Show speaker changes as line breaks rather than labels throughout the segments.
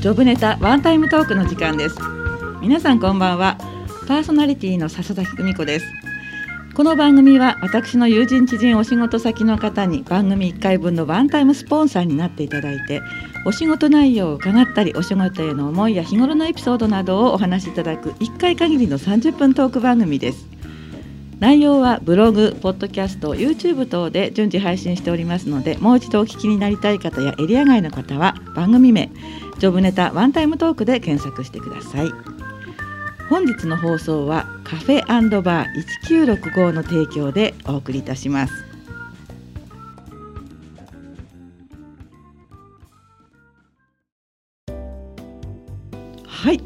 ジョブネタワンタイムトークの時間です皆さんこんばんはパーソナリティの笹崎久美子ですこの番組は私の友人知人お仕事先の方に番組1回分のワンタイムスポンサーになっていただいてお仕事内容を伺ったりお仕事への思いや日頃のエピソードなどをお話しいただく1回限りの30分トーク番組です内容はブログ、ポッドキャスト、YouTube 等で順次配信しておりますのでもう一度お聞きになりたい方やエリア外の方は番組名ジョブネタワンタイムトークで検索してください本日の放送はカフェバー1965の提供でお送りいたしますはい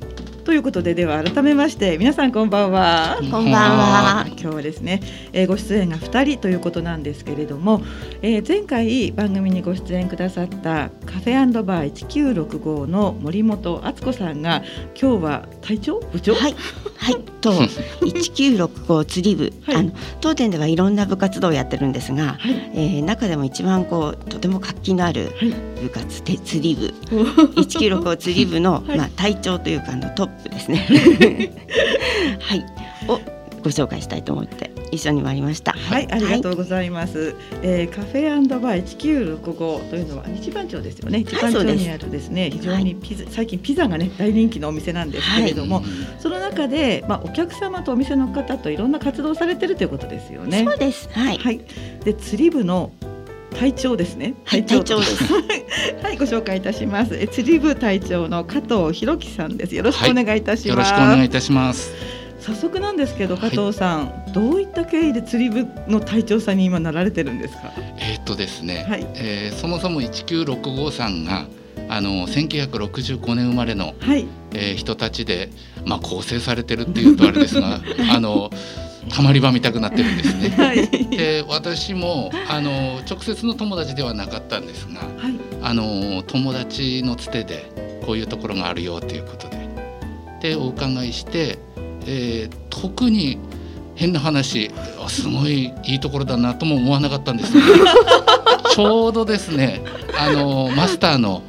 ということででは改めまして皆さんこんばんは
こんばんは
今日はですね、えーご出演が2人ということなんですけれども、えー前回番組にご出演くださったカフェバー1965の森本敦子さんが今日は隊長部長、
はい、はい、 と1965釣り部、
はい
あの当店ではいろんな部活動をやってるんですが、
はい
えー中でも一番こうとても活気のある
はい
部活で釣り部
は
196釣り部の、
はい
まあ、隊長というかあのトップですね はいをご紹介したいと思って一緒に回りました。
い、ありがとうございます。えーカフェバー1965というのは一番町ですよね。一番町
そうです
にあるですね、非常にピザ、最近ピザがね大人気のお店なんですけれども、その中でまあお客様とお店の方といろんな活動をされてるということですよね
そ。うです。はい。
はい。で釣り部の隊長ですね。
はい、隊長です。
はい、ご紹介いたします。え釣り部隊長の加藤弘樹さんです。よろしくお願いいたし
よ
ま
ろし
す。
くお願いいたします。
早速なんですけど
は
加
い
藤さん、どういった経緯で釣り部の隊長さんに今なられてるんですか。
えーっとですね、
はい
えーそもそも1965さんがあの1965年生まれの、
はい。
えー人たちで、まあ、構成されてるっていうとあれです があのたまり場みたくなってるんです ね。
はい。
で私もあの直接の友達ではなかったんですが
はい。
あの友達のつてでこういうところがあるよということででお伺いして、えー特に変な話あすごいいいところだなとも思わなかったんですけど ちょうどですねあのマスターの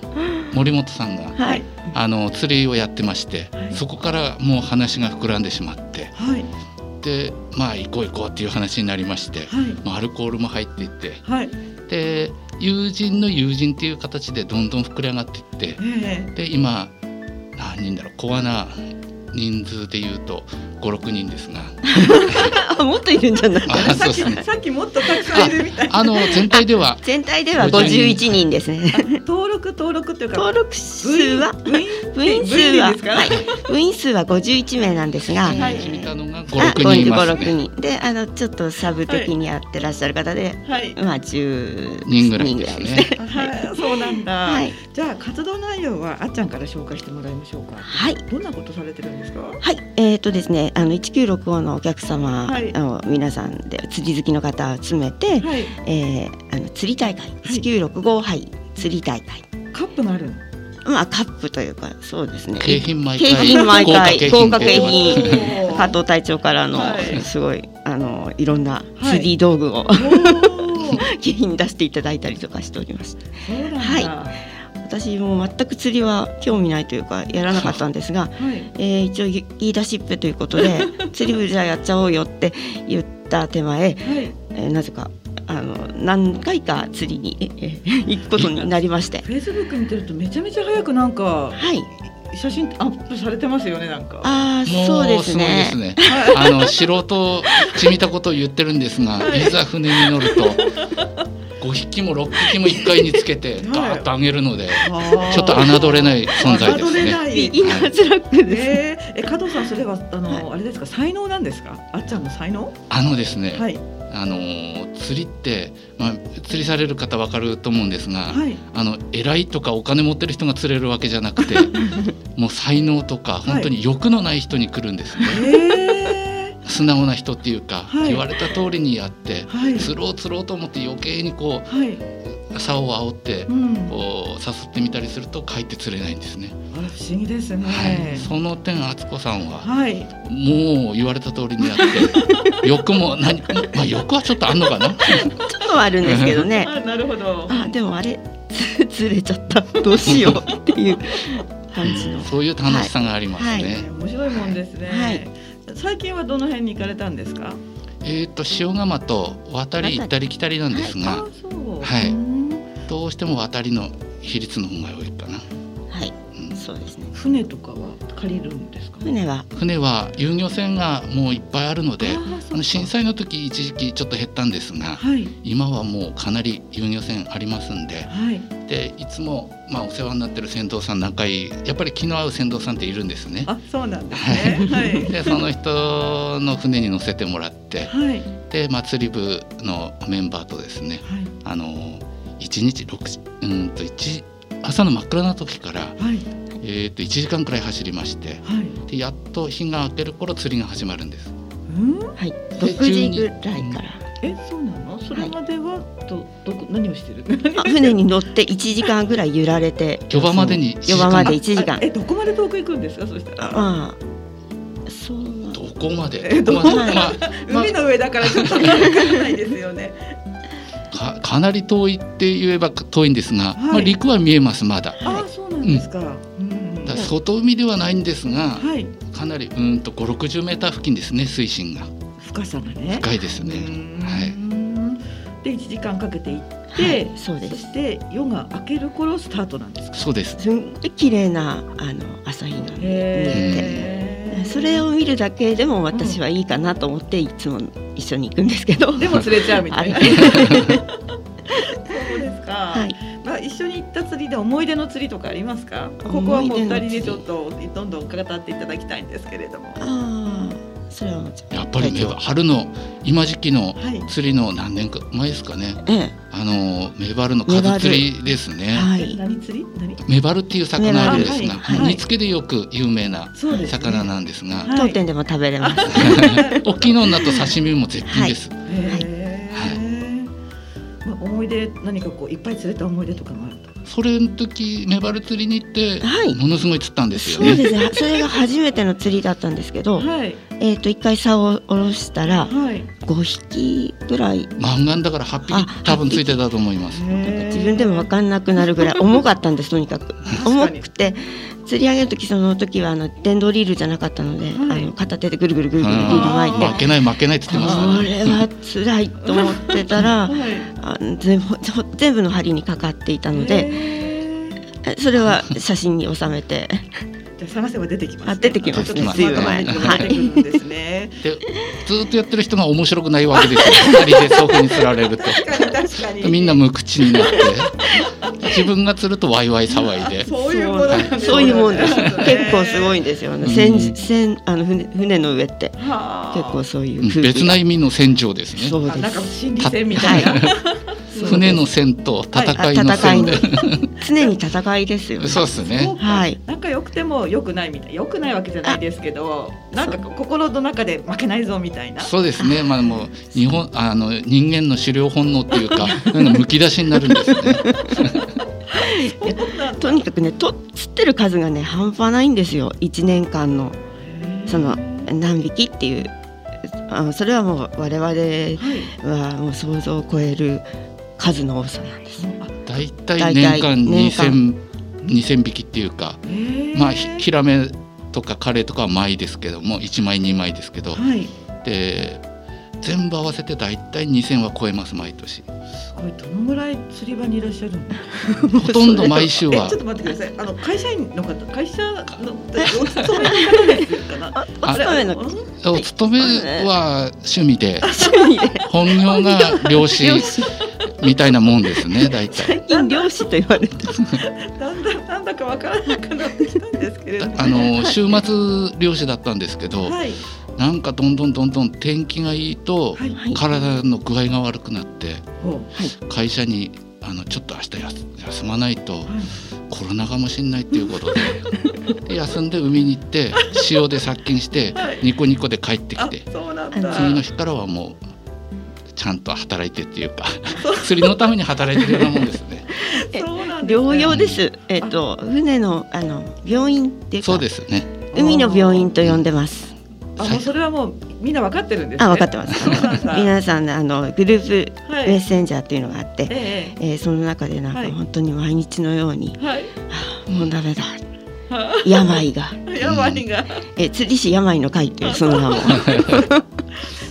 森本さんが
はい。
あの釣りをやってまして
はい
そこからもう話が膨らんでしまって
はい。
でまあ行こう行こうっていう話になりまして、
はい。
まあ、アルコールも入っていって
はい。
で友人の友人っていう形でどんどん膨れ上がっていって
え
で今何人だろうコアな人数で言うと56人です が
あ、もっといるんじゃないか
え
あ
な。
さっ
そうです
き、
ね
さっきもっとたくさんいるみたい。
あの全体では
全体では
51
51人ですね。
登録登録っていうか。
登録
部
数
員
は
部員
部員数
部員
は、
ですか
はい、部員数は51名なんですが、
はい
始めたのが
あ
56人います
56
ね。
人であのちょっとサブ的にやってらっしゃる方で、
はい。
まあ10
人ぐらいです
人ぐらい
ね。
はい。そうなんだ。
はい、
じゃあ活動内容はあっちゃんから紹介してもらいましょうか。
はい。
どんなことされてるんですか。
はい、えっ、とですね、あの1965のお客様
はい
の皆さんで釣り好きの方を集めて、
はい。
えーあの釣り大会1965杯釣り大会、
カップがあるの。
まあカップというかそうですね。
景品毎
景
回
品毎回
豪
豪
華
華
景
景
品
品
おー
加藤隊長からの、
はい
すごいあのいろんな釣り道具を、
おー
景品に出していただいたりとかしておりました。
そうなんだ。
はい
は
私も全く釣りは興味ないというかやらなかったんです が、
い。
えー一応言い出しっぺということで釣り部じゃあやっちゃおうよって言った手前、
はい。
えーなぜかあの何回か釣りに、えー 行くことになりまして
フェイスブック見てるとめちゃめちゃ早くなんか
はい
写真アップされてますよねなんか。
ああ
も
そうですね
すごいですね。あの素人じみたことを言ってるんですが、い、ざ船に乗ると5匹も6匹も1回につけてガーッとあげるので、ちょっと侮れない存在です
侮
ね。
れ
ビ
ない。
ギナーズラックです、
えー、え加藤さんそれはあの、
は
あれですか才能なんですかあっちゃんの才能
あのですね、
はい
あのー釣りって、まあ、釣りされる方わかると思うんですが、
はい
あの偉いとかお金持ってる人が釣れるわけじゃな くてもう才能とか本当に欲のない人に来るんですね、
えー、
素直な人っていうか、
はい
言われた通りにやって
はい
釣ろう釣ろうと思って余計にこ
はいう
竿を煽って
うん、
こう誘ってみたりするとかえって釣れないんですね。
あれ不思議ですね。
はい、その点敦子さんは
はい、
もう言われた通りにやって欲も何か、まあ、欲はちょっとあんのかな
ちょっとはあるんですけ どね
あなるほど。
あでもあれつずれちゃったどうしようっていう感じの
そういう楽しさがありますね。
はいはい
面白いもんですね。
はい
最近はどの辺に行かれたんですか。
えっ、と塩釜と渡り行ったり来たりなんですが、
あ、そう。
はいう
ーん
どうしても渡りの比率の方が多いかな。
はい
うん
そうですね
船とかは借りるんですか。
船は
船は遊漁船がもういっぱいあるので、
あーそ
あ
う
の
か
震災の時一時期ちょっと減ったんですが、
はい。
今はもうかなり遊漁船ありますんで、
はい。
でいつもまあお世話になってる船頭さん何回やっぱり気の合う船頭さんっているんですね。
あ、そうなんですね。はい。
でその人の船に乗せてもらって
はい。
で祭り部のメンバーとですね
はい。
あの1日6時うんと一朝の真っ暗な時から、
はい。
えー、と1時間くらい走りまして
はい。
でやっと日が明ける頃釣りが始まるんです
うん。
はい6時ぐらいから
え、そうなの。それまでは、ど、どこ、何をしてる。何
あ船に乗って1時間ぐらい揺られて
漁場までに1時
漁場まで
間
1時 間
あえ、どこまで遠く行くんですか。そしたら。
ああそうなん
どこまで
え
どこまで、
どこ
まあまあ
海の上だから、ちょっとわかんないですよね。
かかなり遠いって言えば遠いんですが、
はい
まあ、陸は見えますまだ。
あ、そうなんですか。うん。
だから外海ではないんですが、
はい。
かなりうーんと5 6 0メーター付近ですね水深が
深さがね。
深いです
う
ね。
ーん
はい
で1時間かけて行って、
はいそうで
そ
す
して夜が明ける頃スタートなんですか。
そうです。
すんごい綺麗なあの朝日が見えてそれ
を
を見るだけでも私はいいかなと思っていつも一緒に行くんですけど、
で も釣れちゃうみた
あ
い
れ
な。そうですか。
はい
まあ一緒に行った釣りで思い出の釣りとかありますか。ここはもう二人でちょっとどんどん語っていただきたいんですけれども。
ああそれはもちろん
やっぱりね
はい
春の今時期の
はい。
釣りの何年か前ですかね
え
あのメバルの数釣りです
え
ね。
はい
何釣り？何？
メバルっていう魚あるんですが、
メバルはいはい
煮付けでよく有名な
そうです、ね。
魚なんですが、
はい
当店でも食べれます、
大きいのだと刺身も絶品です。
へーまあ思い出何かこういっぱい釣れた思い出とかもあると。
それの時メバル釣りに行って、
はい
ものすごい釣ったんですよ
そう
ね。
ですねそれが初めての釣りだったんですけど
はい
えっ、と一回竿を下ろしたら
はい。
5匹ぐらい
満願だから8匹多分ついてたと思います。
自分でも分かんなくなるぐらい重かったんですとにかく重くて釣り上げる時その時はあの電動リールじゃなかったので、
はい
あの片手でぐるぐるぐるぐるリール巻い
あー
て
負けない負けないって言ってました
こ
ね。
れは辛いと思ってた
は
ら
い
あの全部全部の針にかかっていたので
へー
それは写真に収めて
じゃあ探せば出てきます、
あ出てきます
ちょっと
出てきま
ス
す
マートフォンで出てくるんですね。
でずーっとやってる人が面白くないわけですよ。二人でそういうふうに釣られると。
確かに確かに。
みんな無口になって自分が釣るとワイワイ騒いで
あそういうものなんですね
そういうもんです
なるほどね
結構すごいんですよね、
うん
船船あの船船の上って
はあ
結構そういううん風
別
景
な意味の戦場ですね
そう
あなん
で
か
す
心理戦みた いな。
そうです
船の戦と戦いの
あ戦い
戦
の
で
常に戦いですよね
そうです
そ
ね
うか
はい
仲良くても良くないみたい。良くないわけじゃないですけど、なんかこう心の中で負けないぞみたいな。
そうですねまあもう日本あの人間の狩猟本能っていうかそういうのむき出しになるんですね
そうなんだ
とにかくねと釣ってる数がね半端ないんですよ1年間のその何匹っていうあのそれはもう我々は
はい。
もう想像を超える数の多さなんです
だいたい年間
大体
2000 2000匹っていうか
へー
まあひヒラメとかカレーとかは枚ですけども1枚2枚ですけど
はい。
で全部合わせてだいたい2000は超えます毎
す
年
ごいどのぐらい釣り場にいらっしゃるの。
ほとんど毎週
えち
は
ょっと待ってください。あの会社員の方、会社のお勤めの方ですかな。
お勤めの
あれ
お勤めは趣味で
趣味で
本業が 漁師
漁師
みたいなもんですね大体
最近漁師と言われて
だんだんなんだかわからなくなってきたんですけれども。
あの週末漁師だったんですけど
はい
なんかどんどんどんどん天気がいいと
はい
はい
体の具合が悪くなって
ほう
会社にあのちょっと明日休休まないと
はい
コロナかもしんないっていうこと でで休んで海に行って塩で殺菌して
はい
ニコニコで帰ってき
あ
て
そうなん
あの
だ。
次の日からはもうちゃんと働いてっていうか釣りのために働いてるようなもんです ね。
え
うな
療養です。えっと船のあの病院っていうか
そうですね。
海の病院と呼んでます。
あ、もうそれはもうみんなわかってるんです、ね。
あ、分かってます。
そうなんだ。
皆さんのあのグループ
は
メッ
い。
センジャーっていうのがあって、
え
えーその中でなん
は
か
い
本当に毎日のように
え、はい。
あもうダメだ
は
病が、
あやばいが、
えー釣り師病の会っていうその名も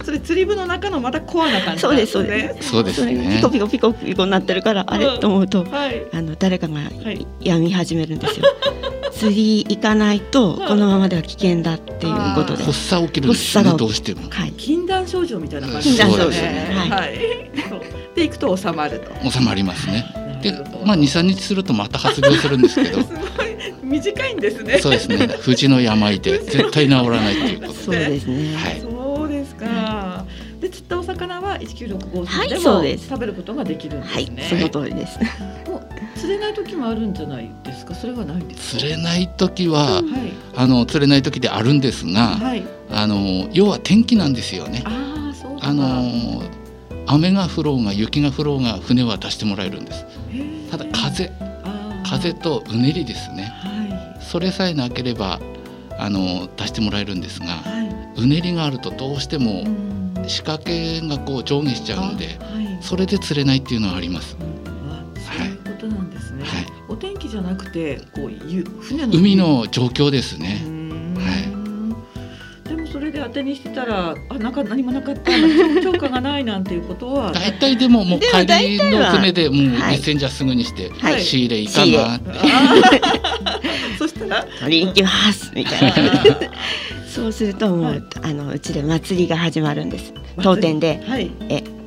それ釣り部の中のまたコアな感じ
そ
な
うんで
ですす
そう
ね。。
です
そうです
それが
ね
ピコ。ピコピコピコなってるからあ
う
れ
ん
と思うと
はい。
あの誰かが
い
病み始める んですよ釣り行かないと
うん
このままでは危険だっていうことで
あ
発作起きるんですよ
発作が起きる
ね。どうしても。
はい
禁断症状みたいな感じ
禁断症状
ですね。
はい
はい。そうで行くと収まると。
収まりますね。で
なるほど、。
まあ二三日するとまた発病するんですけど
すごい短いんですね。
そうですね。藤の病で絶対治らないっていうことで。
そうですね、
はい。
そうですか。で釣ったお魚は1965
はい
で
そう
も
です
食べることができるんで
はい
すね。
その通りです、
釣れない時もあるんじゃないですか。それはないんですか。
釣れない時は、
はい
あの釣れない時であるんですが、
はい。
あの要は天気なんですよね。
ああそうか。
あの雨が降ろうが雪が降ろうが船は出してもらえるんです。
へー
ただ風
あー
風とうねりですね。
は
それさえなければあの出してもらえるんです
い
が、
は
うねりがあるとどうしても
い。ん
仕掛けがこう上下しちゃうんで、
あはい。
それで釣れないっていうのはあります。
あそういうことなんですね。
はい
お天気じゃなくて、こうゆ船の
海の状況です
う
ね。
ーん
は
でもそれで当てにしてたらあなんか何もなかった超超過がないなんていうことは
大体でももう
でも
帰り
大体
の
は
船でもう
はい
メッセンジャーすぐにして
はい
仕入れいかがって、
あー そしたら
取りに行きますみたいなそうするともう、
はい
あのうちで祭りが始まるんです当店で
はい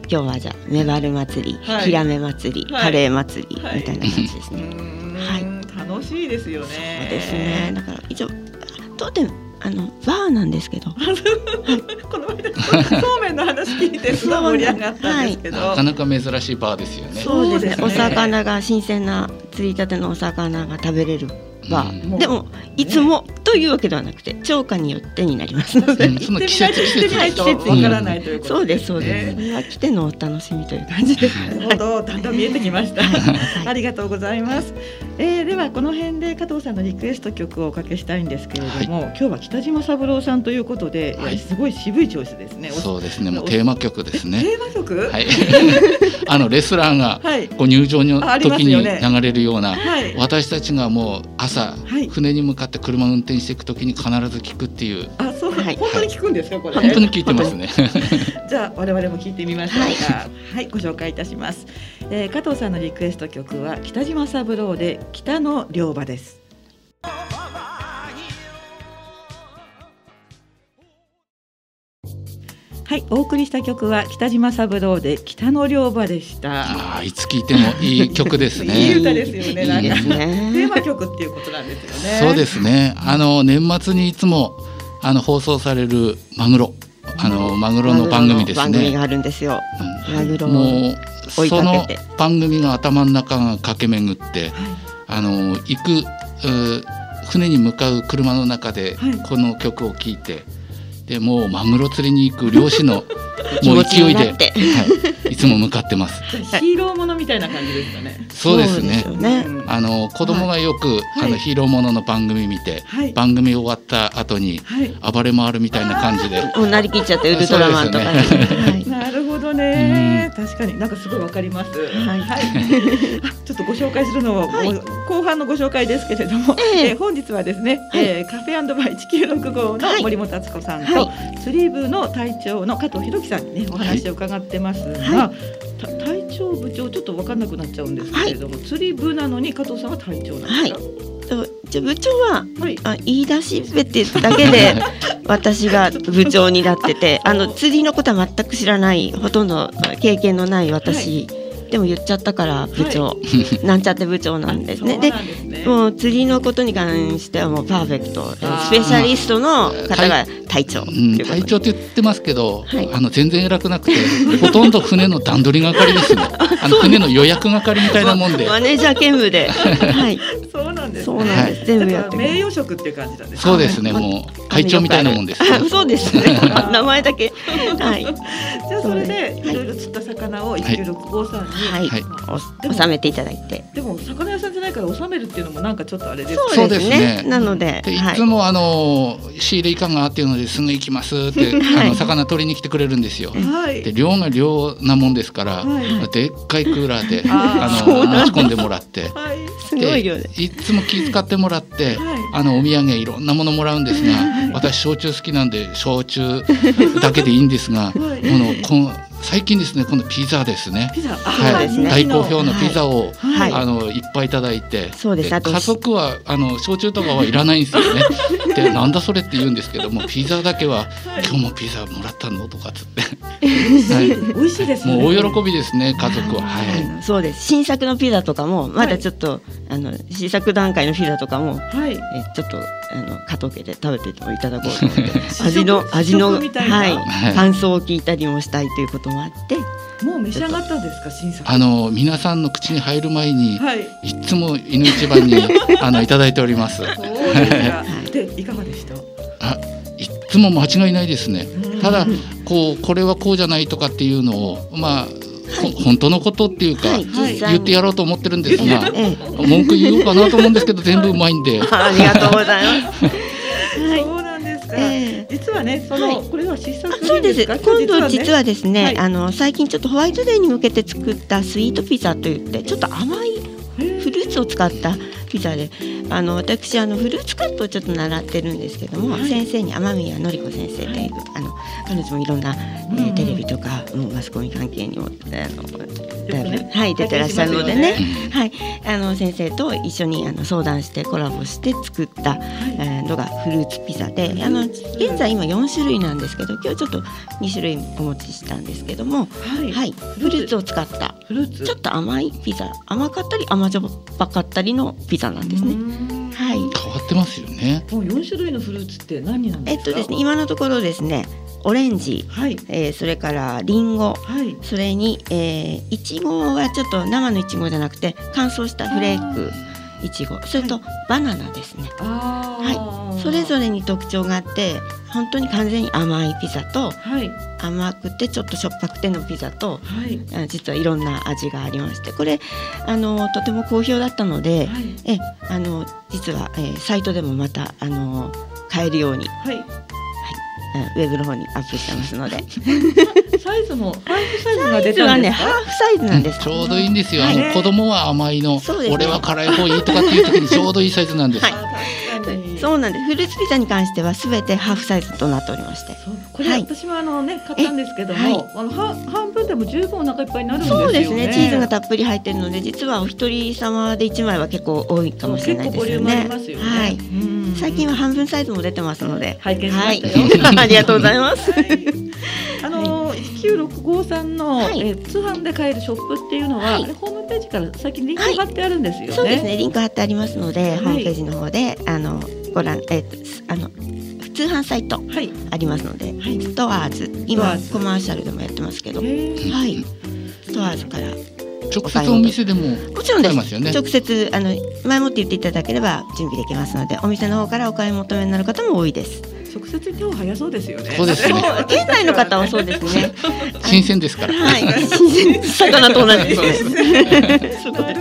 今日はじゃあメバル祭り、
はい
ヒラメ祭り、
はい
カレー祭り、
はい
みたいな感じです
う
ね、
ーん楽しいですよね
そうですねだから一応当店あのバーなんですけど
この間そうめんの話聞いてすごい盛り上がったんですけど、
なかなか珍しいバーですよね。
そうですね
お魚が新鮮な釣りたてのお魚が食べれるバ
うん
ー、
もう
でもいつもというわけではなくて超過によってになりますので、
うんその季節
行ってみないと行ってみないとわからないということ
そうですそうで
ね
す、それは来てのお楽しみという感じです、
なるほど、だんだん見えてき ました。ありがとうございます。えーではこの辺で加藤さんのリクエスト曲をおかけしたいんですけれども、今日は北島三郎さんということで、
はい
いやすごい渋い調子ですね。お
そうですね。もうテーマ曲ですね。
テーマ曲？
は
はい。
い。 あのレスラーが
はい。
こう入場の
ああります
時
よ
に
ね
流れるような。
はい。
私たちがもう朝、
はい
船に向かって車を運転していくときに必ず聞くっていう
あ、そう、
はい
本当に聞くんですかこれ。
本当に聞いてますね。
じゃあ我々も聞いてみましょうか。はい、ご紹介いたします、えー加藤さんのリクエスト曲は北島三郎で北の両馬です。はい、お送りした曲は北島三郎で北の両馬で した。
ああいつ聞いてもいい曲です
いい
ね。
歌ですよね
いいです
テ
ね
ーマ曲っていうことなんですよね。
そうですね。あの年末にいつもあの放送されるマグロ、あのマグロの番組です
マグロの番組
ね。
があるんですよ
うん
マグロ
もう
追い
そ
か
の
けて
番組の頭の中が駆け巡って、あの行くうー船に向かう車の中で
はい
この曲を聴いて、でもうマグロ釣りに行く漁師の
気
もう
持ち
勢
に
いで、
な
は
って
い、いつも向かって ます。
はい。ヒーローものみたいな感じですかね。
そうですね
そ。うですよ
うん
あの子供がよく、
い
あのヒーローものの番組見て、
はい。
番組終わった後に
はい。
暴れ回るみたいな感じで、
もうなりきっちゃってウルトラマンとかに、
そうで
はい
なるほどね、確かになんかすごいわかります。はい、 あちょっとご紹介するのは、
はい
もう後半のご紹介ですけれども、
ええ
えー本日はですね、
はい
えーカフェバー1965の森本敦子さんと、
は
釣り部の隊長の加藤弘樹さんにねお話を伺ってますが、
は
た隊長部長ちょっとわかんなくなっちゃうんですけれども、釣り部なのに加藤さんは隊長なんですか。
とじゃあ部長は
はい。
あ言い出しっぺってだ けで私が部長になっててあの釣りのことは全く知らないほとんど経験のない私、でも言っちゃったから部長、 なんちゃって部長なんですね。
そう
で
なんですね。
もう釣りのことに関してはもうパーフェクトで
あー
スペシャリストの方が隊長って
うん
いうことで
隊長って言ってますけど、
はい
あの全然偉くなくて、ほとんど船の段取り係ですね。あの船の予約係みたいなもんで
マ、マネージャー兼務ではい
そうなんです
そう
ね。
なんです、全部
だ
や
から
ってくれ
名
る
誉職っていう感じなんですね。
そうですね。
はい
もう会長みたいなもんです、
あそうで すね
あー
名前だけはい
じゃあそれ
そ
で
うです
いろいろ釣った魚を1キロ6号さんに、
はい、
はい
お収めていただいて
でも魚屋さんじゃないから納めるっていうのもなんかちょっとあれです
そうですね
なので
でい
はい
つもあの仕入れいかがっていうのですぐ行きますって、
はい
あの魚取りに来てくれるんですよ。
はい
で量が量なもんですから、
はい
でっかいクーラーで
あー
あ
そ
の
うなんだ
持ち込んでもらって
はい
すごい量で
いつも気遣ってもらって、
はい
あのお土産いろんなものもらうんですが、
はい
私焼酎好きなんで焼酎だけでいいんです が、こ
はい
のこの最近ですねこのピザですね。
ピザあ
は
そうです
い、
ね
大好評のピザを、
はい
あのいっぱいいただいて、
そうですあと
家族はあの焼酎とかはいらないんですよね。で、なんだそれって言うんですけども、ピザだけは今日もピザもらったのとかっつっ
美
て、は
味しいです
い、
ね
もう大喜びですね家族は。はい。
そうです新作のピザとかもまだちょっと、あの新作段階のピザとかも
はい
えちょっとあの加藤家で食べていただこうと思って
食
味の味の
試食みたいな
はい、
はい
感想を聞いたりもしたいということもあって
もう召し上がったんですか新作
あの皆さんの口に入る前に、
はい
い、つも犬一番にあのいただいております。
そうですか
はい
でいかがでした
あ、いつも間違いないですね。ただ
うん
こうこれはこうじゃないとかっていうのをまあ、ほ本当のことっていうか、
はい
はい
実際
言
に
ってやろうと思ってるんですが。
ええ
文句言おうかなと思うんですけど全部うまいんで。
ありがとうございます。 はい
そうなんですか
ええ
実はねその
は
これは新
あ
作
そうです
か
今度実はですね、
はい
あの最近ちょっとホワイトデーに向けて作ったスイートピザといってちょっと甘いフルーツを使ったピザであの私あのフルーツカットをちょっと習ってるんですけども、
はい
先生に天宮のり子先生という、あの彼女もいろんな、えー
うんうん
テレビとか、うんマスコミ関係にもあのだいぶ、
ね
はい、出てらっしゃるの
出
で
て
ね
ま
はい、あの先生と一緒にあの相談してコラボして作った、えーのがフルーツピザであの現在今4種類なんですけど今日ちょっと2種類お持ちしたんですけども、
はい
はい、フルーツを使った
フルーツ
ちょっと甘いピザ甘かったり甘じょっぱかったりのピザなんです
う
ね。
ん
はい
変わってますよね。
もう四種類のフルーツって何なんで
え
す
っ
か
とですね今のところですねオレンジ、
はい
えーそれからリンゴ
はい
それに、えーいちごはちょっと生のいちごじゃなくて乾燥したフレークいちごそれとバナナですね。
あー
それぞれに特徴があって本当に完全に甘いピザと
はい
甘くてちょっとしょっぱくてのピザと
はい
あ実はいろんな味がありましてこれあのとても好評だったの
は
で、
い
えあの実は、えーサイトでもまたあの買えるように、
はい
うんウェブの方にアップしてますので
サイズもハーフサイズが出
実
た
は
ん
ね
ですか。
ハーフサイズなんです。
ちょうどいいんですよ。
はい
あの子供は甘いの、
そうですね
俺は辛い方いいとかっていう時にちょうどいいサイズなんです。
は
あ確かに
そうなんですフルーツピザに関しては全てハーフサイズとなっておりまして
そうこれ、
はい
私もあのね買ったんですけども、
はい
あのは半分でも十分お腹いっぱいになるんですよね。
そうですねチーズが
た
たっぷり入ってるので実はお一人様で1枚は結構多いかもしれない
結構
で
ボ
す
リュームあ
よね
りますよね。
はい
うん
最近は半分サイズも出てますので
拝見しま
は
し
い
たよ。
ありがとうござ います
あの1965さんの、
はい
えー通販で買えるショップっていうのは、
はい
あれホームページから先にリンク貼ってあるんですよね。
そうですね。リンク貼ってありますので、
はい
ホームページの方であのご覧えっとすあの通販サイト
はい。
ありますので、
はい
ストアーズ今コマーシャルでもやってますけど、は
へー
い、ストアーズからも
直接お店でも
ちろん
買え
です。
ますよね
直接あの前もって言っていただければ準備できますので、お店の方からお買い求めになる方も多いです。
直接手を生やそうですよね。
そうです ね
そう県内の方はそうですね。
新鮮ですから。
はい、新鮮魚と同じですね。
すごい。
はい、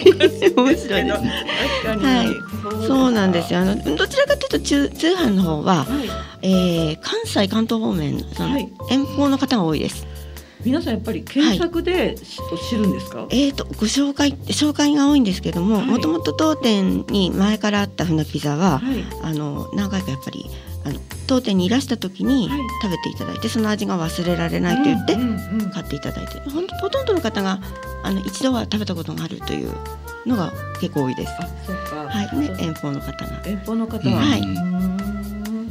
面白いです。
確かに。
はい
か
そうなんです。よ。あのどちらかというと中通販の方は。
はい。
えー、関西関東方面その、
はい
遠方の方が多いです。
皆さんやっぱり検索でし知るんですか。
えー、とご紹介紹介が多いんですけども
はい
もともと当店に前からあった船ピザ
は
は、
い。
あの何回かやっぱりあの当店にいらした時に
はい
食べていただいて、その味が忘れられないと言って
うんうんうん
買っていただいて、ほんとほとんどの方があの一度は食べたことがあるというのが結構多いです。
あ、そうか。
はいね、
そう
遠方の方が
遠方の方は。
はいう
ーん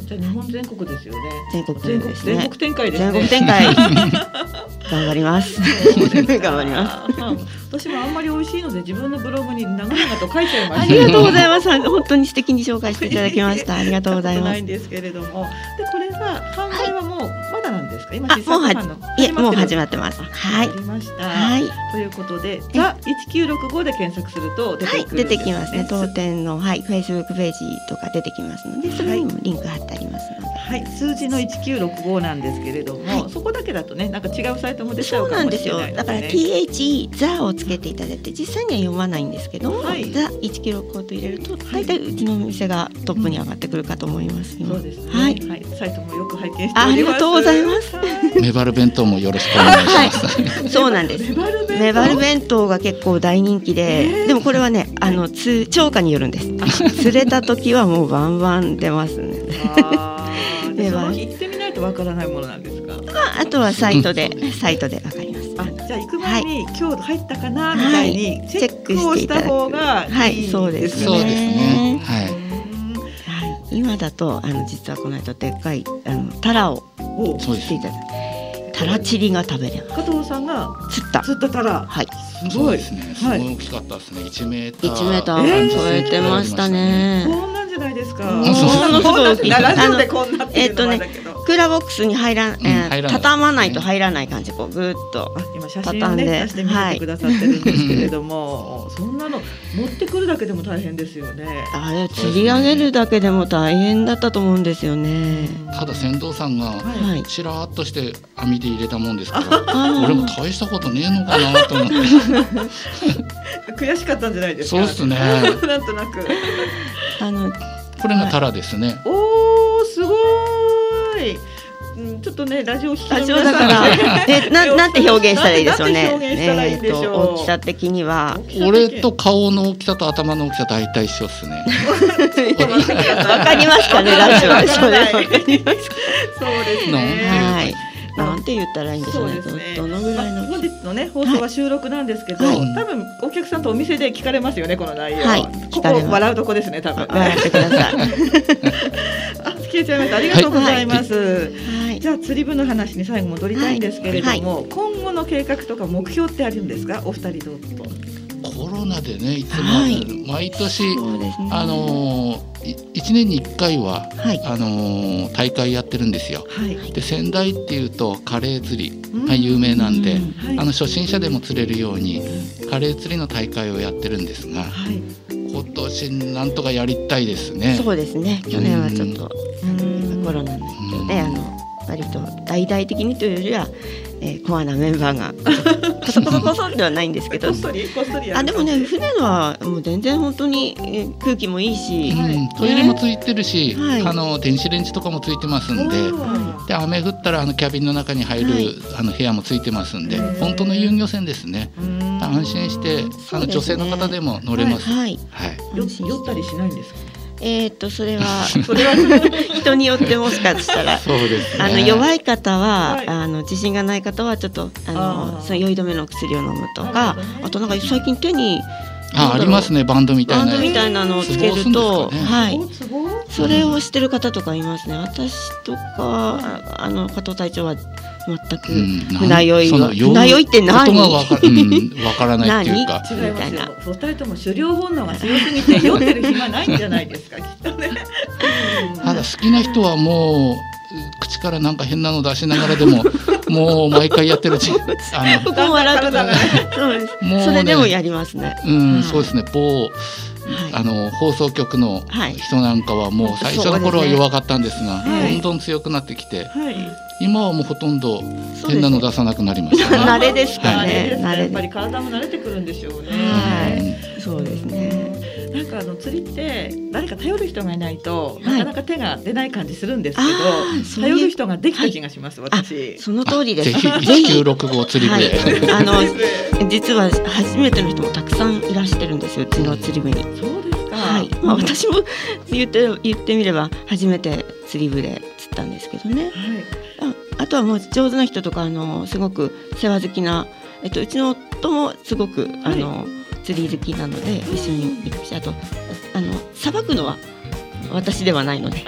じゃあ日本全国ですよね。
全国
全
で
国
す
全
ね
国展開ですね。
全国 展開 頑張ります。頑張ります。
す。私もあんまり美味しいので自分のブログに長々と書いちゃいま
あ
し
り
た。
がとうございます。 本当に素敵に紹介していただきました。ありがとうござい
な
ま
いん
す。
ですけれども、でこれは販売はもうまだなんですですか。今
あ
実際
もうは
今の
いえもう始
まっ
まってます。は
て
い
る。ありました。
はい。
ということで、ザ1965で検索すると出
は
て
い、
くる
出
んで
て
す
きますね。当店の、はい、フェイスブックページとか出てきますので、それに
は
もリンク貼ってありますので。
はい、数字の1965なんですけれども、
はい
そこだけだとね、なんか違うサイトも出ちゃ
そううな
か
ん
も
で
し
す
れ
よ。
ないので、ね。
だから TH ザをつけていただいて実際には読まないんですけども、
はい
ザ1キロコード入れると
はい
大体うちのお店がトップに上がってくるかと思います。今
そうですね、は、
はいい。
サイトもよく拝見しております。
あありがとうございます
はい。
メバル弁当もよろしくお願いしま す。
そうなんです。
メバル弁。
メバル。弁当が結構大人気で、
えー
でもこれはね、あの通超過によるんです。釣れた時はもうバンバン出ますね。
あーで
メ
そ
バル
の日行ってみないとわからないものなんですか。
まああとはサイト
う
でサイトでわかります。
あ、じゃあ行く前に、今日入ったかなみたいに、チ
チ
ェ
ェ
ッ
ッ
ク
ク
を
して
し
いただ
た
く
方がいい、
はいそうです
ね
そうですね。はい。
う
はい、今だとあの実はこの間でっかいあのタラを
ーんお
そうで
し
す
てい。ただいてタラチリが食べれま
加藤さんが
す釣った
釣ったから。
はい
すご
そう
い
ですね。す
は
ご
い
い大きかったですね。1メーター。
1メータ
えー
ー超えてました。ね
こんなんじゃないですか。
うん
そう
こんなん
そうそう
ラジオでこんなっていうのもあ
あ
れ
の
だけど。
クーラーボックスに入らん、えー
うん入らない
畳まないと入らない感じこうぐーっと
あ今写真を
畳ん
ね
で
出して見せてくださってるんですけれども、そんなの持ってくるだけでも大変ですよね。
あれ釣り上げるだけでも大変だったと思うんですよね
ただ船頭さんが
は。
はいい
ちらっとして網で入れたもんですから。
あ
俺も大したことねえのかなと思っ
悔しかったんじゃない
て。
です
そう
か。
っす。ね。
なんとなく。
ーあの
これがタラですね。
おーすごーい。うんちょっとねラジオ聞きの
ラジオ
皆さ
だか
ん
ら
ね、
え ななんて表現したらいいでしょ
なん
う
て
ね。
表現したらいいでしょう
えーと大きさ的に は
俺と顔の大きさと頭の大きさ大体一緒ですね。
わかりますかねラジオでそ れわかりますか。
そうです
なんて
ね。
はい。なんて言ったらいいんでしょ
そうう
ね。
ですね。
どどのぐらい
まあ
の
本日のね放送は収録なんですけど、
はい
多分お客さんとお店で聞かれますよねこの内容。
はい
こ
聞かれま
こ
す
笑うとこですね多分ね。
笑ってください。
あ消えちゃいましたありがとうございます。
はい
じ。ゃあ釣り部の話に最後戻りたいんですけれども、今後の計画とか目標ってあるんですかお二人どうぞ
コロナでね、いつ
はい
も毎年
そうですね。
あのー、1年に1回は
はい。
あのー大会やってるんですよ。
はい、
で仙台っていうとカレー釣り
うん
が有名なんで、
うん
はい
あの初心者でも釣れるようにカレー釣りの大会をやってるんですが
はい
今年なんとかやりたいですね。
そうですね。去年はちょっと
うん
コロナの影響であの割と大々的にというよりは、えー、コアなメンバーがこそこそこそではないんですけ
こ
ど
っ。そりこっそりやる
あでもね船のはもう全然本当にえー空気もいいし、
は
う
い
ん、トイレもついてるし、
はい
あの電子レンジとかもついてますんで。
お
で雨降ったらあのキャビンの中に入る、
はい
あの部屋もついてますんで
へー
本当の遊漁船ですね
ーうん
安心して、あ
そうです
の
ね
女性の方でも乗れます、
はい、
はい
よ
安心して
酔ったりしないんですか
えー、っとそれは
それはは
人によってもしかしたら
そうですね
あの弱い方は、
はい
あの自信がない方はちょっとあの
あー
その酔い止めのお薬を飲むと
なる
か、
ほどね
あとなんか最近手に
あありますねバンドみた
バ
い
ン
な
ドみたいなのをつけると、
つぼを押すんですかね
はい。
おすごい
それをしてる方とかいますね。私とかあの加藤隊長は全く、
うん
船酔いは
その酔う
船酔いって何
ことがわか,、うん、わからないっていうか
違います
みたい
よお二人とも狩猟本能が強すぎて酔ってる暇ないんじゃないですかきっとね
ただ好きな人はもう口からなんか変なの出しながらで ももう毎回やってるうちあ
僕も笑うことがない。そうです。
もうね
それでもやりますね。
のうん、
はい
そうですね某
は
あの放送局の
はい
人なんかはもう最初の頃は弱かったんです
そうで
が
すねはい
どんどん強くなってきて
はい
今はもうほとんど
い。そう
変な
です
の
ね。
出さなくなりました
慣
ね。
れですか
慣れで
ね。
す
慣
や
れ
っぱ
で
り体も慣れてくるんでしょうね
はい
うん
す。そうですね。
なんかあの釣りって誰か頼る人がいないと、
はい
なかなか手が出ない感じするんですけ
ああ、
ど
そう
頼
い
る
う
人ができた気がします、私。
その通りです。
ぜひ 一九六号釣り
は
部
い
へ。。
あの
そ
実は初めての人もたくさんいらしてるんですよ。うちの釣り部に。
うですか。
はい、まあ、私も 言って言ってみれば初めて釣り部で釣ったんですけどね
はい
ああとはもう上手な人とかあのすごく世話好きな、えっと、うちの夫もすごくあの、釣り好きなので一緒に行くしあとあのさばくのは私ではない ので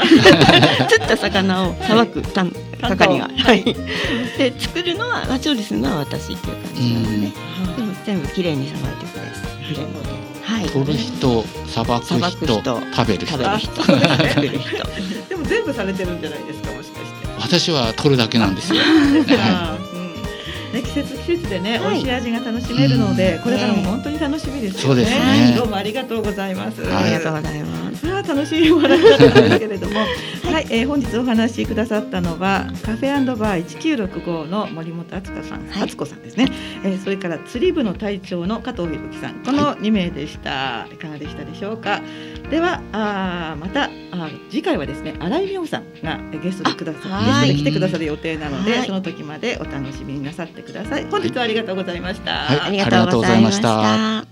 釣った魚をさばくたん
担当
係が、
は
はいい、 で作るのはまあ調理するのは私っていう感じなのででも全部きれいにさばいてくれてるので、はい、
取る人、さばく人、
捌く人
食べる
食
人
べ。る人作る人
でも全部されてるんじゃないですかもしかして。
私私は取るだけなんですよ。
そうですか
は
うんね、季節季節でね、
は
美
い
味しい味が楽しめるので、
うん
これからも本当に楽しみです
そ
よ
う
ね。
ですね
はいどうもありがとうございます。
は
あ
い
りがとうございます。
それは楽しいお話だったんですけれど も、はい、えー本日お話しくださったのはカフェバー1965の森本敦子さん、
はい
敦子さんですね。えーそれから釣り部の隊長の加藤裕樹さん、この2名でした。いかがでしたでしょうか。ではあーまたあー次回はですね新井美穂さんがえーゲストでくださ
あ
ゲス
は
ト
い
で来てくださる予定なので、
はい
その時までお楽しみになさってください。本日はありがとうございました。
はい
ありがとうございまし
ありがとうございま
た。